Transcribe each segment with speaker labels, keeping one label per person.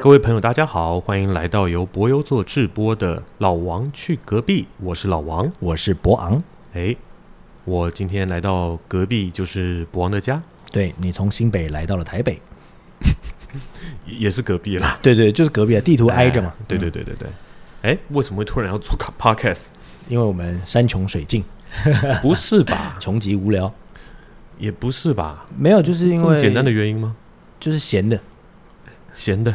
Speaker 1: 各位朋友，大家好，欢迎来到由博优做制播的《老王去隔壁》，我是老王。
Speaker 2: 我是博昂。
Speaker 1: 哎，我今天来到隔壁就是博王的家，
Speaker 2: 对你从新北来到了台北，
Speaker 1: 也也是隔壁啦，
Speaker 2: 对对，就是隔壁啊，地图挨着嘛。嗯
Speaker 1: 哎对对对对对。哎，为什么会突然要做 podcast？
Speaker 2: 因为我们山穷水尽，
Speaker 1: 不是吧？
Speaker 2: 穷极无聊，
Speaker 1: 也不是吧？
Speaker 2: 没有，就是
Speaker 1: 这
Speaker 2: 因
Speaker 1: 么
Speaker 2: 为
Speaker 1: 简单的，原因吗？
Speaker 2: 就是闲的，
Speaker 1: 闲的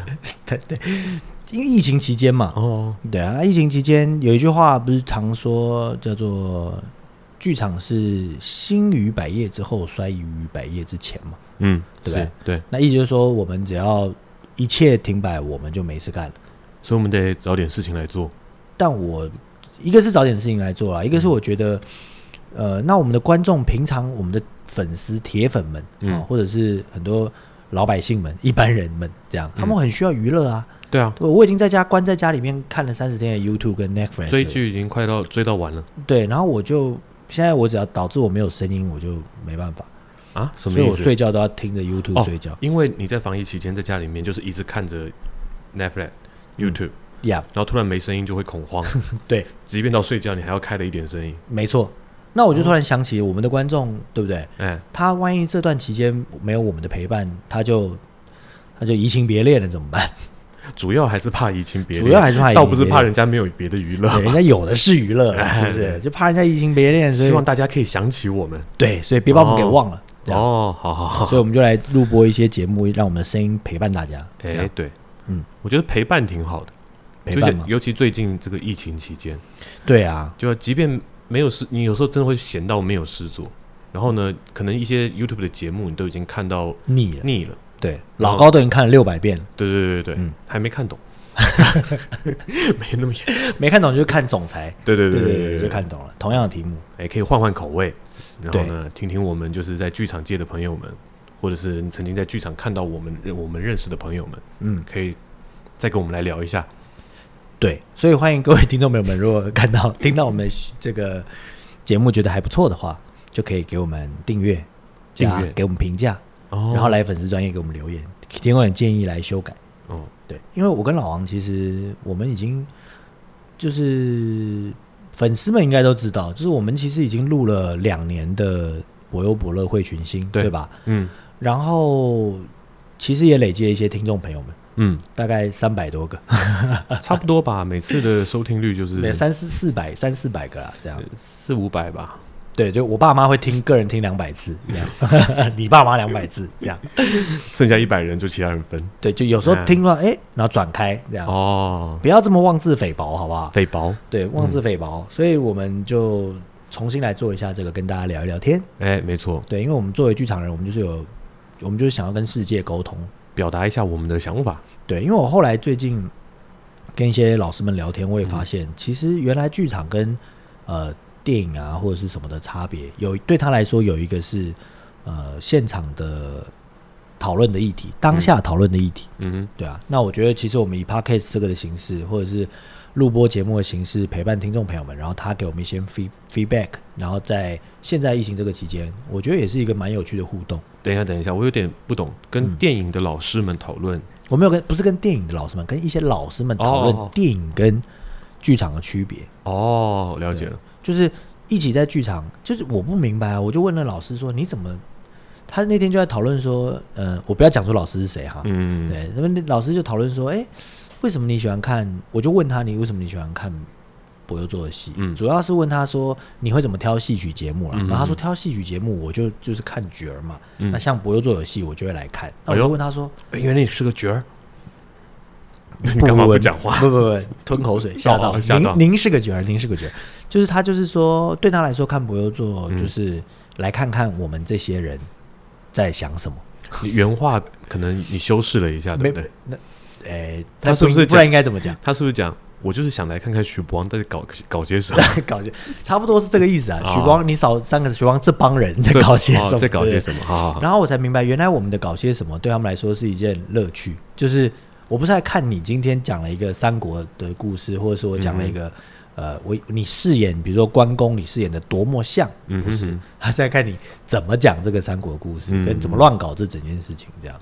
Speaker 2: 因为疫情期间嘛。
Speaker 1: 哦，
Speaker 2: 对啊，那疫情期间有一句话不是常说叫做“剧场是兴于百业之后，衰于百业之前”嘛。
Speaker 1: 嗯，
Speaker 2: 对
Speaker 1: 是对，
Speaker 2: 那意思就是说，我们只要一切停摆，我们就没事干了。
Speaker 1: 所以我们得找点事情来做。
Speaker 2: 但我一个是找点事情来做啦，一
Speaker 1: 嗯
Speaker 2: 个是我觉得，呃，那我们的观众平常我们的粉丝铁粉们啊、
Speaker 1: 嗯
Speaker 2: 或者是很多老百姓们、一般人们这
Speaker 1: 嗯
Speaker 2: 样，他们很需要娱乐啊。
Speaker 1: 对啊，
Speaker 2: 我我已经在家关在家里面看了三十天的 YouTube 跟 Netflix
Speaker 1: 追，剧已经快到追到完了
Speaker 2: 对，然后我就现在我只要导致我没有声音，我就没办法，
Speaker 1: 啊？什么
Speaker 2: 所以
Speaker 1: 意
Speaker 2: 我
Speaker 1: 思
Speaker 2: 睡？觉都要听着
Speaker 1: 哦
Speaker 2: YouTube 睡觉。
Speaker 1: 因为你在防疫期间在家里面就是一直看着
Speaker 2: 嗯
Speaker 1: Netflix、YouTube，、
Speaker 2: 呀、
Speaker 1: 然后突然没声音就会恐慌。
Speaker 2: 对，
Speaker 1: 即便到睡觉，你还要开了一点声音。
Speaker 2: 没错。那
Speaker 1: 哦
Speaker 2: 我就突然想起我们的观众，对不对？
Speaker 1: 哎，
Speaker 2: 他万一这段期间没有我们的陪伴，他就他就移情别恋了，怎么 办？
Speaker 1: 主要还是怕移情别恋，
Speaker 2: 主要还是怕移情
Speaker 1: 倒不是
Speaker 2: 别
Speaker 1: 怕
Speaker 2: 恋
Speaker 1: 人家没有别的娱乐
Speaker 2: 对，
Speaker 1: 吧。
Speaker 2: 人家有的是娱乐， 是不
Speaker 1: 哎
Speaker 2: 是？就怕人家移情别恋，所
Speaker 1: 希望
Speaker 2: 以
Speaker 1: 大家可以想起我们。
Speaker 2: 对，所以别把我们给
Speaker 1: 哦
Speaker 2: 忘了。这样，
Speaker 1: 哦，好好好。
Speaker 2: 啊所以我们就来录播一些节目，让我们的声音陪伴大家。这
Speaker 1: 哎
Speaker 2: 样，
Speaker 1: 对，
Speaker 2: 嗯，
Speaker 1: 我觉得陪伴挺好的，
Speaker 2: 陪
Speaker 1: 就
Speaker 2: 伴
Speaker 1: 是
Speaker 2: 嘛
Speaker 1: 尤其最近这个疫情期间，
Speaker 2: 对啊，
Speaker 1: 就即便没有事，你有时候真的会闲到没有事做，然后呢，可能一些 YouTube 的节目你都已经看到
Speaker 2: 腻了，
Speaker 1: 腻了，
Speaker 2: 对，老高都已经看了六百遍了，
Speaker 1: 对对对对，
Speaker 2: 嗯
Speaker 1: 还没看 懂，没那么严，
Speaker 2: 没看懂就看总裁，
Speaker 1: 对对
Speaker 2: 对
Speaker 1: 对
Speaker 2: 对，就
Speaker 1: 对，
Speaker 2: 看懂了。同样的题目，
Speaker 1: 哎，可以换换口味，然后呢，听听我们就是在剧场界的朋友们，或者是你曾经在剧场看到我们认我们认识的朋友们，
Speaker 2: 嗯，
Speaker 1: 可以再跟我们来聊一下，
Speaker 2: 对，所以欢迎各位听众朋友们，如果看到听到我们这个节目觉得还不错的话，就可以给我们订阅、
Speaker 1: 订
Speaker 2: 加
Speaker 1: 阅
Speaker 2: 给我们评价，
Speaker 1: 哦，
Speaker 2: 然后来粉丝专业给我们留言，提供点建议来修改。
Speaker 1: 哦，
Speaker 2: 对，因为我跟老王其实我们已经就是粉丝们应该都知道，就是我们其实已经录了两年的博优博乐会群星，
Speaker 1: 对
Speaker 2: 对吧？
Speaker 1: 嗯
Speaker 2: 然后其实也累积了一些听众朋友们，
Speaker 1: 嗯，
Speaker 2: 大概三百多个，
Speaker 1: 差不多吧，每次的收听率就是
Speaker 2: 对， 三四四百三四百个啦，这样。
Speaker 1: 四五百吧，
Speaker 2: 对，就我爸妈会听，个人听两百次这样， 你爸妈两百次这样，
Speaker 1: 剩下一百人就其他人分
Speaker 2: 对，就有时候听了哎、诶然后转开这样，
Speaker 1: 哦，嗯
Speaker 2: 不要这么妄自菲薄，好不好？
Speaker 1: 肥薄，
Speaker 2: 对，妄自菲薄，所以我们就重新来做一下这个，跟大家聊一聊天。
Speaker 1: 哎，没错，
Speaker 2: 对，因为我们作为剧场人，我们就是有，我们就是想要跟世界沟通。
Speaker 1: 表达一下我们的想法，
Speaker 2: 对，因为我后来最近跟一些老师们聊天，我也发现，其实原来剧场跟呃电影啊或者是什么的差别，有对他来说有一个是呃现场的讨论的议题，当下讨论的议题，
Speaker 1: 嗯
Speaker 2: 对啊。那我觉得其实我们以 podcast 这个的形式，或者是录播节目的形式陪伴听众朋友们，然后他给我们一些 feed feedback，然后在现在疫情这个期间，我觉得也是一个蛮有趣的互动。
Speaker 1: 哼，等一下，等一下，我有点不懂，跟
Speaker 2: 嗯
Speaker 1: 电影的老师们讨论，
Speaker 2: 我没有跟不是跟电影的老师们，跟一些老师们讨
Speaker 1: 哦哦哦
Speaker 2: 论电影跟剧场的区别，
Speaker 1: 哦，了解了，
Speaker 2: 就是一起在剧场，就是我不明白啊，我就问那老师说你怎么？他那天就在讨论说，呃，我不要讲出老师是谁哈，
Speaker 1: 嗯，
Speaker 2: 对，那么老师就讨论说，哎、为什么你喜欢看？我就问他你为什么你喜欢看博优做的戏？
Speaker 1: 嗯
Speaker 2: 主要是问他说你会怎么挑戏曲节目啦？
Speaker 1: 嗯嗯嗯
Speaker 2: 然后他说挑戏曲节目我就就是看角儿嘛，
Speaker 1: 嗯
Speaker 2: 那像博优做的戏我就会来看，那
Speaker 1: 哎
Speaker 2: 我
Speaker 1: 呦
Speaker 2: 就问他说。
Speaker 1: 哎原来你是个角儿， 你干嘛不讲话？
Speaker 2: 不不不，吞口水，吓到
Speaker 1: 哦。吓到
Speaker 2: 您您是个角儿，您是个角儿，就是他就是说，对他来说看博优座
Speaker 1: 嗯
Speaker 2: 就是来看看我们这些人在想什么。
Speaker 1: 你原话可能你修饰了一下，啊对
Speaker 2: 没
Speaker 1: 不对？
Speaker 2: 那，诶，
Speaker 1: 他
Speaker 2: 那
Speaker 1: 是不是
Speaker 2: 应不
Speaker 1: 讲
Speaker 2: 然应该怎么讲？
Speaker 1: 他是不是讲我就是想来看看徐博王在搞搞些什么？
Speaker 2: 搞些差不多是这个意思啊。
Speaker 1: 哦
Speaker 2: 许光，你少三个许光，这帮人 在
Speaker 1: 这
Speaker 2: 搞些
Speaker 1: 哦
Speaker 2: 什么？
Speaker 1: 在搞
Speaker 2: 对
Speaker 1: 些什么？好好好，
Speaker 2: 然后我才明白，原来我们的搞些什么对他们来说是一件乐趣，
Speaker 1: 嗯
Speaker 2: 就是我不是在看你今天讲了一个三国的故事，或者说我讲了一个、呃，我你饰演，比如说关公，你饰演的多么像，
Speaker 1: 嗯
Speaker 2: 不是
Speaker 1: 嗯，
Speaker 2: 他是在看你怎么讲这个三国故事，
Speaker 1: 嗯
Speaker 2: 跟怎么乱搞这整件事情这样。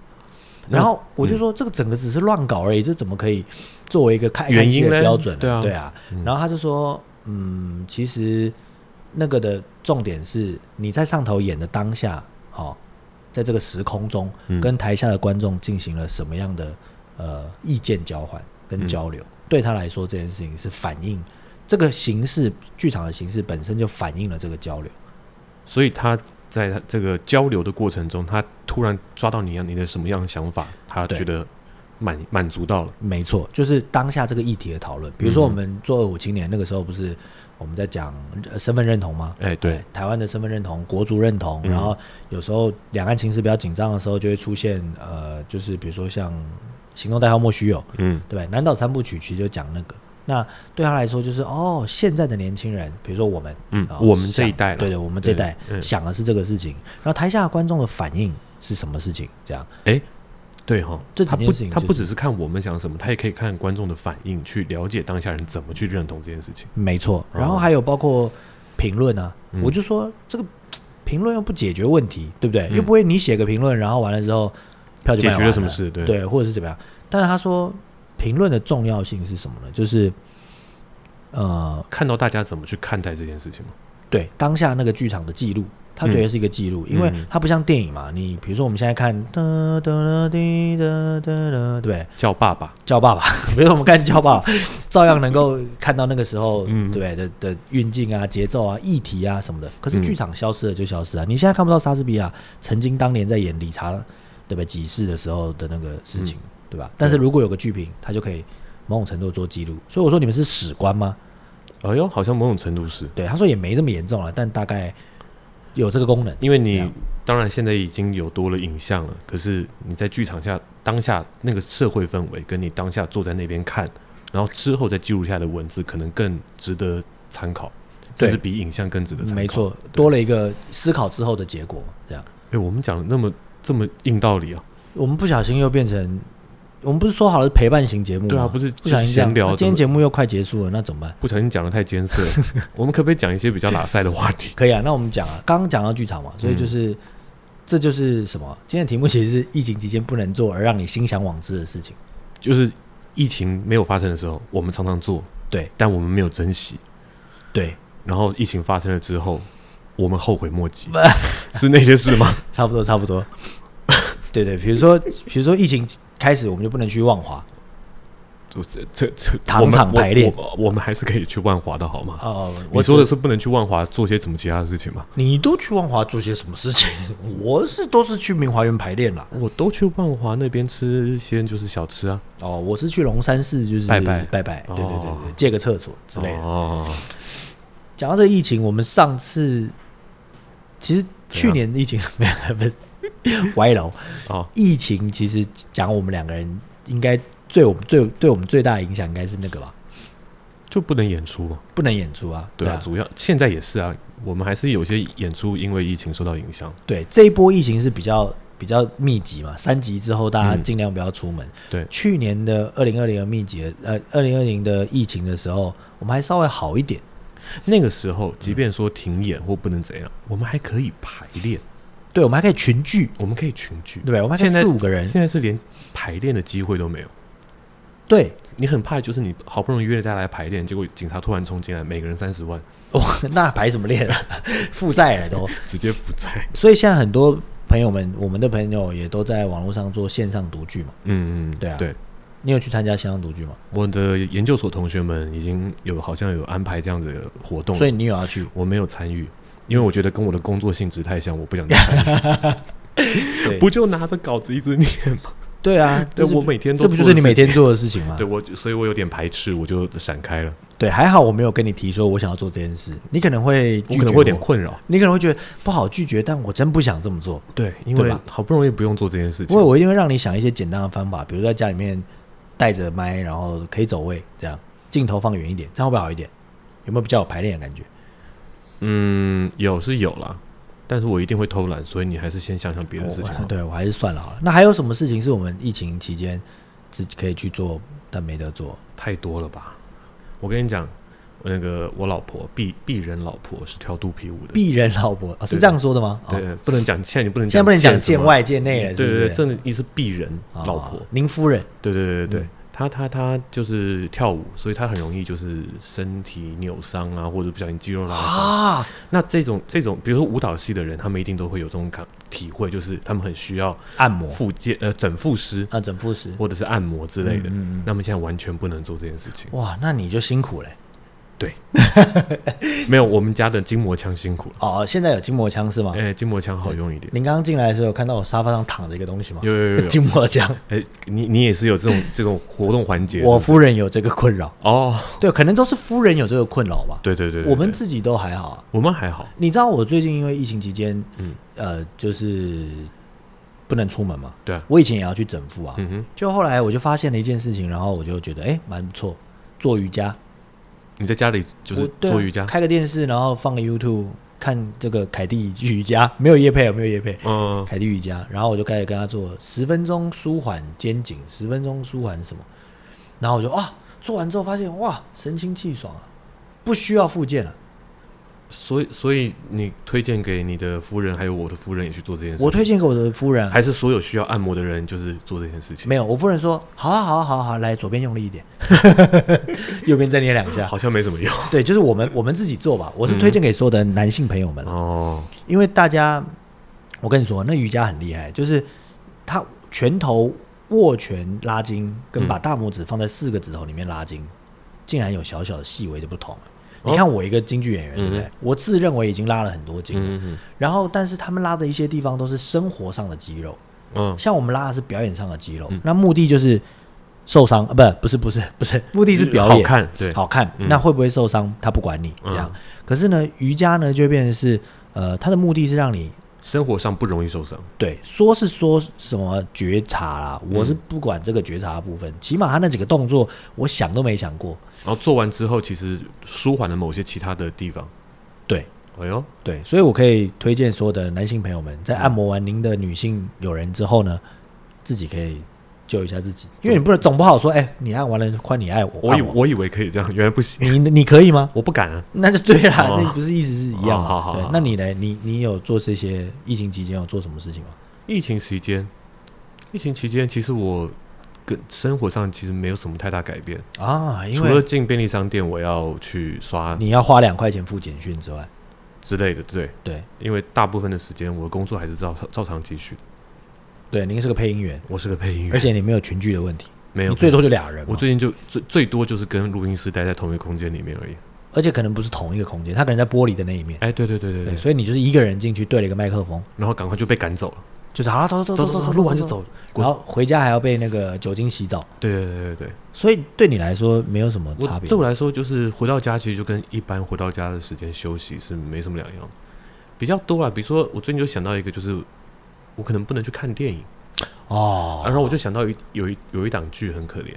Speaker 1: 那
Speaker 2: 然后
Speaker 1: 嗯
Speaker 2: 我就说，这个整个只是乱搞而已，这怎么可以作为一个开
Speaker 1: 原因
Speaker 2: 开机的
Speaker 1: 呢
Speaker 2: 标准、
Speaker 1: 对啊
Speaker 2: 对啊。然后他就说，嗯，其实那个的重点是你在上头演的当下，哦，在这个时空中，
Speaker 1: 嗯
Speaker 2: 跟台下的观众进行了什么样的呃意见交换跟
Speaker 1: 嗯
Speaker 2: 交流。对他来说，这件事情是反映这个形式，剧场的形式本身就反映了这个交流。
Speaker 1: 所以他在他这个交流的过程中，他突然抓到你你的什么样的想法，他
Speaker 2: 对
Speaker 1: 觉得满满足到了，
Speaker 2: 没错，就是当下这个议题的讨论。比如说，
Speaker 1: 嗯
Speaker 2: 我们做二五青年那个时候，不是我们在讲呃身份认同吗？
Speaker 1: 哎，对
Speaker 2: 哎，，台湾的身份认同、国族认同，
Speaker 1: 嗯
Speaker 2: 然后有时候两岸情势比较紧张的时候，就会出现呃，就是比如说像行动代号莫须有，
Speaker 1: 嗯
Speaker 2: 对吧？南岛三部曲其实就讲那个。那对他来说，就是哦，现在的年轻人，比如说我们，
Speaker 1: 嗯
Speaker 2: 啊，
Speaker 1: 我们这一代
Speaker 2: 想
Speaker 1: 了，
Speaker 2: 对对，我们这一代
Speaker 1: 对嗯
Speaker 2: 想的是这个事情，然后台下的观众的反应是什么事情？这样，
Speaker 1: 对哈，
Speaker 2: 这
Speaker 1: 他
Speaker 2: 整件
Speaker 1: 不
Speaker 2: 事情
Speaker 1: 他
Speaker 2: 就
Speaker 1: 不
Speaker 2: 是
Speaker 1: 只是看我们想什么，他也可以看观众的反应，去了解当下人怎么去认同这件事情。
Speaker 2: 没错。
Speaker 1: 哦
Speaker 2: 然后还有包括评论啊，
Speaker 1: 嗯
Speaker 2: 我就说这个评论又不解决问题，对不对？
Speaker 1: 嗯
Speaker 2: 又不会你写个评论，然后完了之后票就
Speaker 1: 解
Speaker 2: 卖
Speaker 1: 决
Speaker 2: 完
Speaker 1: 了什么事？对，
Speaker 2: 对，或者是怎么样？但是他说评论的重要性是什么呢？就是呃，
Speaker 1: 看到大家怎么去看待这件事情嘛。
Speaker 2: 对当下那个剧场的记录，它对的是一个记录，因为
Speaker 1: 嗯
Speaker 2: 它不像电影嘛，你比如说我们现在看哒哒哒滴哒哒哒，对不对？
Speaker 1: 叫爸爸，
Speaker 2: 叫爸爸， 比如我们看叫爸 爸，照样能够看到那个时候、
Speaker 1: 嗯
Speaker 2: 对不对的的运镜啊、节奏啊、议题啊什么的。可是
Speaker 1: 嗯
Speaker 2: 剧场消失了就消失啊，你现在看不到莎士比亚曾经当年在演理查对不对几世的时候的那个事情，
Speaker 1: 嗯
Speaker 2: 对吧？但是如果有个剧评，他就可以某种程度做记录。所以我说你们是史官吗？
Speaker 1: 哎呦，好像某种程度是
Speaker 2: 对，他说也没这么严重了，但大概有这个功能。
Speaker 1: 因为你
Speaker 2: 对啊
Speaker 1: 当然现在已经有多了影像了，可是你在剧场下当下那个社会氛围，跟你当下坐在那边看，然后之后再记录下来的文字，可能更值得参考，
Speaker 2: 对
Speaker 1: 甚至比影像更值得参考。
Speaker 2: 没错，
Speaker 1: 对
Speaker 2: 多了一个思考之后的结果嘛，这样。
Speaker 1: 哎，我们讲的那么这么硬道理啊，
Speaker 2: 我们不小心又变成，我们不是说好了陪伴型节目吗？
Speaker 1: 对啊，不是
Speaker 2: 嗯不
Speaker 1: 就
Speaker 2: 小
Speaker 1: 是
Speaker 2: 心这样
Speaker 1: 闲聊，
Speaker 2: 那今
Speaker 1: 怎
Speaker 2: 天
Speaker 1: 么
Speaker 2: 节目又快结束了，那怎么办？
Speaker 1: 不小心讲的太艰涩了， 我们可不可以讲一些比较拉塞的话题？
Speaker 2: 可以啊，那我们讲啊，刚刚讲到剧场
Speaker 1: 嗯
Speaker 2: 嘛，所以就是、这就是什么？今天的题目其实是疫情期间不能做而让你心向往之的事情。
Speaker 1: 就是疫情没有发生的时候，我们常常做，
Speaker 2: 对
Speaker 1: 但我们没有珍惜。
Speaker 2: 对，
Speaker 1: 然后疫情发生了之后，我们后悔莫 及，是那些事吗？
Speaker 2: 差不多差不多。 对对，比如说比如说疫情开始，我们就不能去万华
Speaker 1: 就这这这
Speaker 2: 糖
Speaker 1: 我们
Speaker 2: 厂
Speaker 1: 我
Speaker 2: 排列
Speaker 1: 我我我们还是可以去万华的好吗？
Speaker 2: 哦、
Speaker 1: 你
Speaker 2: 我
Speaker 1: 说的
Speaker 2: 是
Speaker 1: 是不能去万华做些什么其他的事情吗？
Speaker 2: 你都去万华做些什么事情？ 我是都是去明华园排练啦。
Speaker 1: 我都去万华那边吃一些就是小吃啊，
Speaker 2: 哦，我是去龙山寺，就是
Speaker 1: 拜拜
Speaker 2: 拜拜，对对对
Speaker 1: 哦
Speaker 2: 对，借个厕所之类的。
Speaker 1: 哦，
Speaker 2: 讲到这个疫情，我们上次其实
Speaker 1: 啊
Speaker 2: 去年疫情 没有，不是歪楼。
Speaker 1: 哦，
Speaker 2: 疫情其实讲我们两个人应该最我们最对我们最大的影响应该是那个吧，
Speaker 1: 就不能演出嘛？
Speaker 2: 不能演出啊。
Speaker 1: 对啊，
Speaker 2: 啊，
Speaker 1: 主要现在也是啊，我们还是有些演出因为疫情受到影响。
Speaker 2: 对这一波疫情是比较比较密集嘛，三级之后大家
Speaker 1: 嗯
Speaker 2: 尽量不要出门。
Speaker 1: 对
Speaker 2: 去年的二零二零的密集的呃二零二零的疫情的时候，我们还稍微好一点。
Speaker 1: 那个时候，即便说停演或不能怎
Speaker 2: 嗯
Speaker 1: 样，我们还可以排练，
Speaker 2: 对，我们还可以群聚，
Speaker 1: 我们可以群聚
Speaker 2: 对。不对？我们还可以
Speaker 1: 现在
Speaker 2: 四五个人，
Speaker 1: 现在是连排练的机会都没有，
Speaker 2: 对，
Speaker 1: 你很怕就是你好不容易约了大家来排练，结果警察突然冲进来，每个人三十万，
Speaker 2: 哇， 那排什么练啊？负债了都。
Speaker 1: 直接负 债。
Speaker 2: 所以现在很多朋友们，我们的朋友也都在网络上做线上读剧嘛。
Speaker 1: 嗯嗯，
Speaker 2: 对啊
Speaker 1: 对，
Speaker 2: 你有去参加线上读剧吗？
Speaker 1: 我的研究所同学们已经有好像有安排这样子的活动，
Speaker 2: 所以你有要去？
Speaker 1: 我没有参与，因为我觉得跟我的工作性质太像，我不 想再参与。
Speaker 2: 对
Speaker 1: 不就拿着稿子一直念吗？
Speaker 2: 对啊，
Speaker 1: 对
Speaker 2: 这是
Speaker 1: 我每天都
Speaker 2: 这不就是你每天做的事情吗
Speaker 1: 对？我，所以我有点排斥，我就闪开了。
Speaker 2: 对，还好我没有跟你提说我想要做这件事，你可能会
Speaker 1: 我
Speaker 2: 拒
Speaker 1: 可
Speaker 2: 绝
Speaker 1: 能会有点困扰，
Speaker 2: 你可能会觉得不好拒绝，但我真不想这么做，
Speaker 1: 对，因
Speaker 2: 对
Speaker 1: 为
Speaker 2: 吧
Speaker 1: 好不容易不用做这件事
Speaker 2: 因
Speaker 1: 情
Speaker 2: 为，我一定会让你想一些简单的方法，比如在家里面带着麦，然后可以走位，这样镜头放远一点，这样会不会好一点？有没有比较有排练的感觉？
Speaker 1: 嗯，有是有啦，但是我一定会偷懒，所以你还是先想想别的事情
Speaker 2: 哦我
Speaker 1: 好了。
Speaker 2: 对我还是算了好了。那还有什么事情是我们疫情期间自己可以去做但没得做？
Speaker 1: 太多了吧？我跟你讲，那个我老婆鄙鄙人老婆是跳肚皮舞的，
Speaker 2: 鄙人老婆、啊、是
Speaker 1: 对
Speaker 2: 这样说的吗？哦
Speaker 1: 对，不能讲，现在你不能
Speaker 2: 现在不能讲
Speaker 1: 见
Speaker 2: 见
Speaker 1: 什么
Speaker 2: 外见内了，
Speaker 1: 对
Speaker 2: 是不
Speaker 1: 对
Speaker 2: 是
Speaker 1: 对，真的意思鄙人老婆
Speaker 2: 哦，林夫人
Speaker 1: 对对对对，对，他他他就是跳舞，所以他很容易就是身体扭伤啊，或者不小心肌肉拉伤。
Speaker 2: 啊，
Speaker 1: 那这种这种，比如说舞蹈系的人，他们一定都会有这种感体会，就是他们很需要
Speaker 2: 按摩
Speaker 1: 复健呃整复师
Speaker 2: 啊，整复师，
Speaker 1: 或者是按摩之类的。
Speaker 2: 嗯嗯嗯
Speaker 1: 那么现在完全不能做这件事情。
Speaker 2: 哇，那你就辛苦嘞。
Speaker 1: 没有，我们家的筋膜枪辛苦了。
Speaker 2: 哦，现在有筋膜枪是吗？
Speaker 1: 哎、筋膜枪好用一点。
Speaker 2: 您刚刚进来的时候，有看到我沙发上躺着一个东西吗？
Speaker 1: 有有有有，
Speaker 2: 筋膜枪，
Speaker 1: 哎、你你也是有这种这种活动环节是不是？
Speaker 2: 我夫人有这个困扰，
Speaker 1: 哦，
Speaker 2: 对，可能都是夫人有这个困扰吧。
Speaker 1: 对对对对
Speaker 2: 我们
Speaker 1: 对
Speaker 2: 自己都还好啊。
Speaker 1: 我们还好，
Speaker 2: 你知道我最近因为疫情期间，
Speaker 1: 嗯
Speaker 2: 呃，就是不能出门嘛。
Speaker 1: 对啊，
Speaker 2: 我以前也要去整复啊，
Speaker 1: 嗯哼，
Speaker 2: 就后来我就发现了一件事情，然后我就觉得哎，蛮不错，做瑜伽，
Speaker 1: 你在家里就是
Speaker 2: 我对啊
Speaker 1: 做瑜伽，
Speaker 2: 开个电视，然后放个 YouTube 看这个凯蒂瑜伽，没有叶配，啊没有叶配，
Speaker 1: 嗯、
Speaker 2: 凯蒂瑜伽，然后我就开始跟他做十分钟舒缓肩颈，十分钟舒缓什么，然后我就啊，做完之后发现哇，神清气爽啊，不需要复健了、啊
Speaker 1: 所以，所以你推荐给你的夫人，还有我的夫人也去做这件事情。
Speaker 2: 我推荐给我的夫人，
Speaker 1: 还是所有需要按摩的人，就是做这件事情。
Speaker 2: 没有，我夫人说好啊好啊好啊好啊，来左边用力一点， 右边再捏两下。
Speaker 1: 好像没什么 用
Speaker 2: 对，就是我们我们自己做吧，我是推荐给所有的男性朋友们啦
Speaker 1: 哦。
Speaker 2: 因为大家，我跟你说，那瑜伽很厉害，就是他拳头握拳拉筋，跟
Speaker 1: 嗯
Speaker 2: 把大拇指放在四个指头里面拉筋，竟然有小小的细微的不同。
Speaker 1: 哦
Speaker 2: 你看我一个京剧演员，对不对
Speaker 1: 嗯？
Speaker 2: 我自认为已经拉了很多筋了，
Speaker 1: 嗯嗯
Speaker 2: 然后但是他们拉的一些地方都是生活上的肌肉，
Speaker 1: 嗯，
Speaker 2: 像我们拉的是表演上的肌肉
Speaker 1: 嗯，
Speaker 2: 那目的就是受伤啊，不，不是，不是，不是， 目的是表
Speaker 1: 好
Speaker 2: 演，
Speaker 1: 看，对，
Speaker 2: 好看，
Speaker 1: 嗯
Speaker 2: 那会不会受伤？他不管你这样。可是呢，瑜伽呢就会变成是，呃，它的目的是让你
Speaker 1: 生活上不容易受伤。
Speaker 2: 对说是说什么觉察啦，我是不管这个觉察的部分，起码他那几个动作我想都没想过。
Speaker 1: 然后做完之后，其实舒缓了某些其他的地方。
Speaker 2: 对
Speaker 1: 哎呦，
Speaker 2: 对，所以我可以推荐所有的男性朋友们，在按摩完您的女性友人之后呢，自己可以救一下自己，因为你不能总不好说，哎、你按完了，换你爱我，
Speaker 1: 我以
Speaker 2: 按我
Speaker 1: 我以为可以这样，原来不行，
Speaker 2: 你你可以吗？
Speaker 1: 我不敢啊。
Speaker 2: 那就对啦，
Speaker 1: 哦
Speaker 2: 那不是意思是一样
Speaker 1: 哦
Speaker 2: 嘛？
Speaker 1: 好好
Speaker 2: 对
Speaker 1: 好，
Speaker 2: 那你呢？你你有做这些疫情期间有做什么事情吗？
Speaker 1: 疫情期间，疫情期间，其实我跟生活上其实没有什么太大改变，
Speaker 2: 啊，因
Speaker 1: 除了
Speaker 2: 为
Speaker 1: 进便利商店，我要去刷
Speaker 2: 你要花两块钱付简讯之外，
Speaker 1: 之类的，对，
Speaker 2: 对
Speaker 1: 因为大部分的时间我的工作还是照照常继续的。
Speaker 2: 对，您是个配音员，
Speaker 1: 我是个配音员，
Speaker 2: 而且你没有群聚的问题，
Speaker 1: 没有
Speaker 2: 你最多就俩人嘛，
Speaker 1: 我最近就最最多就是跟录音师待在同一个空间里面而已。
Speaker 2: 而且可能不是同一个空间，他可能在玻璃的那一面，
Speaker 1: 哎，对对对对
Speaker 2: 对，
Speaker 1: 对，
Speaker 2: 所以你就是一个人进去对了一个麦克风，
Speaker 1: 然后赶快就被赶走了，
Speaker 2: 就是好了，走走
Speaker 1: 走
Speaker 2: 走
Speaker 1: 走
Speaker 2: 走
Speaker 1: 走，
Speaker 2: 走，
Speaker 1: 录完就。走。滚
Speaker 2: 然后回家还要被那个酒精洗澡，
Speaker 1: 对对对对对，
Speaker 2: 所以对你来说没有什么差
Speaker 1: 我
Speaker 2: 别
Speaker 1: 对。我来说就是回到家其实就跟一般回到家的时间休息是没什么两样，比较多啊。比如说我最近就想到一个，就是我可能不能去看电影，
Speaker 2: 哦
Speaker 1: 然后我就想到一有一有一档剧很可怜，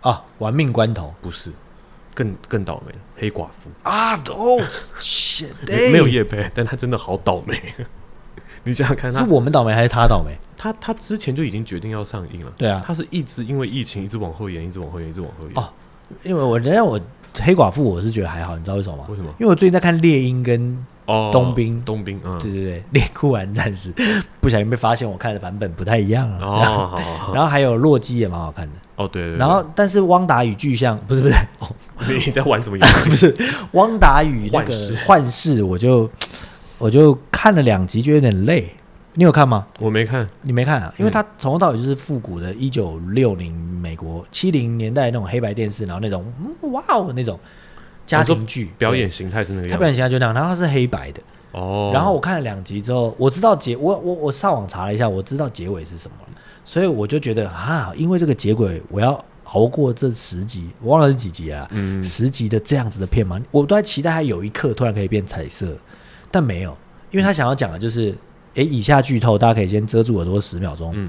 Speaker 2: 啊，玩命关头
Speaker 1: 不是。更更倒霉，黑寡妇
Speaker 2: 啊，哦，shit，
Speaker 1: 没有叶佩，但她真的好倒霉。 你想想看，
Speaker 2: 是
Speaker 1: 她
Speaker 2: 我们倒霉还是他倒霉？
Speaker 1: 她她之前就已经决定要上映了，
Speaker 2: 对啊，
Speaker 1: 他是一直因为疫情一直往后延，一直往后延，一直往后延。
Speaker 2: 哦因为我人家我黑寡妇我是觉得还好，你知道为什么吗
Speaker 1: 为？什么？
Speaker 2: 因为我最近在看《猎鹰》跟
Speaker 1: 哦，
Speaker 2: 冬兵
Speaker 1: 冬兵，嗯，
Speaker 2: 对对对《猎酷玩战士》，不小心被发现我看的版本不太一样
Speaker 1: 哦，
Speaker 2: 了。
Speaker 1: 好好好，
Speaker 2: 然后还有《洛基》也蛮好看的。
Speaker 1: 哦，对对对。
Speaker 2: 然后，但是汪达与巨像不是不是、哦、
Speaker 1: 你在玩什么游戏？
Speaker 2: 不是汪达与那
Speaker 1: 幻视
Speaker 2: 个幻视，我就我就看了两集，就有点累。你有看吗？
Speaker 1: 我没看，
Speaker 2: 你没看啊？因为
Speaker 1: 嗯
Speaker 2: 它从头到尾就是复古的，一九六零美国七零年代那种黑白电视，然后那种、嗯、哇哦那种家庭剧
Speaker 1: 哦表演形态是那个
Speaker 2: 对，他
Speaker 1: 样
Speaker 2: 表
Speaker 1: 子。
Speaker 2: 演形象就那样，然后它是黑白的。
Speaker 1: 哦，
Speaker 2: 然后我看了两集之后，我知道结我我我上网查了一下，我知道结尾是什么了，所以我就觉得啊，因为这个结尾，我要熬过这十集，我忘了是几集啊，
Speaker 1: 嗯，
Speaker 2: 十集的这样子的片嘛，我都在期待它有一刻突然可以变彩色，但没有，因为他想要讲的就是，诶，以下剧透，大家可以先遮住耳朵十秒钟，
Speaker 1: 嗯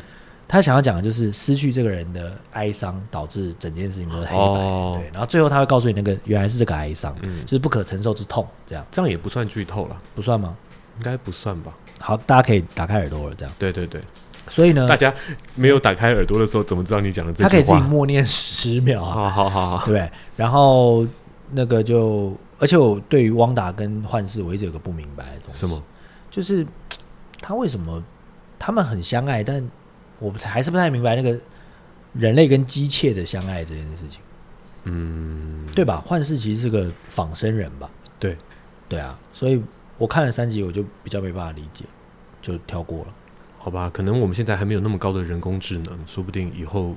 Speaker 2: 他想要讲的就是失去这个人的哀伤，导致整件事情都是黑白的，
Speaker 1: 哦
Speaker 2: 对，然后最后他会告诉你那个原来是这个哀伤，
Speaker 1: 嗯
Speaker 2: 就是不可承受之痛，这样
Speaker 1: 这样也不算剧透了，
Speaker 2: 不算吗？
Speaker 1: 应该不算吧？
Speaker 2: 好，大家可以打开耳朵了，这样。
Speaker 1: 对对对，
Speaker 2: 所以呢
Speaker 1: 大，家没有打开耳朵的时候，怎么知道你讲的这
Speaker 2: 呃他可以
Speaker 1: 句
Speaker 2: 自己
Speaker 1: 话？
Speaker 2: 默念十秒
Speaker 1: 好
Speaker 2: 啊，
Speaker 1: 好好好，
Speaker 2: 对不对？然后那个就，而且我对于汪达跟幻视，我一直有个不明白的东西，
Speaker 1: 什么？
Speaker 2: 就是他为什么他们很相爱，但我不太还是不太明白那个人类跟机械的相爱这件事情，
Speaker 1: 嗯，
Speaker 2: 对吧？幻视其实是个仿生人吧？
Speaker 1: 对，
Speaker 2: 对啊，所以我看了三集，我就比较没办法理解，就跳过了。
Speaker 1: 好吧，可能我们现在还没有那么高的人工智能，说不定以后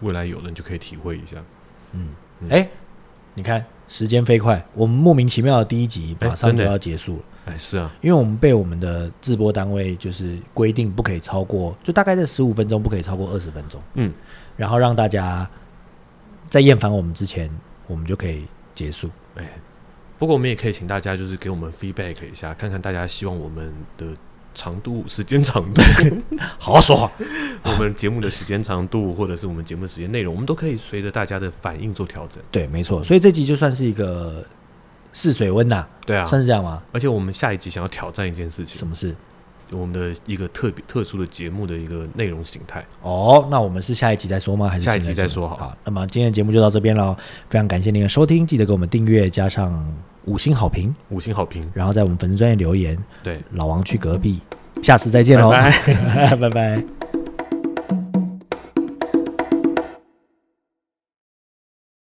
Speaker 1: 未来有了你就可以体会一下。
Speaker 2: 嗯，
Speaker 1: 嗯
Speaker 2: 哎、你看时间飞快，我们莫名其妙的第一集
Speaker 1: 哎
Speaker 2: 马上就
Speaker 1: 真的
Speaker 2: 要结束了，
Speaker 1: 哎，是啊，
Speaker 2: 因为我们被我们的制播单位就是规定不可以超过，就大概在十五分钟，不可以超过二十分钟。
Speaker 1: 嗯，
Speaker 2: 然后让大家在厌烦我们之前，我们就可以结束。
Speaker 1: 哎不过我们也可以请大家就是给我们 feedback 一下，看看大家希望我们的长度、时间长 度，
Speaker 2: 好好说话。
Speaker 1: 我们节目的时间长度，或者是我们节目的时间内容，我们都可以随着大家的反应做调整。
Speaker 2: 对，没错，所以这集就算是一个试水温呐、
Speaker 1: 对啊，
Speaker 2: 算是这样吗？
Speaker 1: 而且我们下一集想要挑战一件事情
Speaker 2: 什，么事？
Speaker 1: 我们的一个特别特殊的节目的一个内容形态。
Speaker 2: 哦，那我们是下一集再说吗？还是
Speaker 1: 下一
Speaker 2: 现
Speaker 1: 集
Speaker 2: 在
Speaker 1: 再说好
Speaker 2: 好，那么今天的节目就到这边喽，非常感谢您的收听，记得给我们订阅加上五星好评，
Speaker 1: 五星好评，
Speaker 2: 然后在我们粉丝专业留言。
Speaker 1: 对，
Speaker 2: 老王去隔壁，下次再见喽，
Speaker 1: 拜
Speaker 2: 拜拜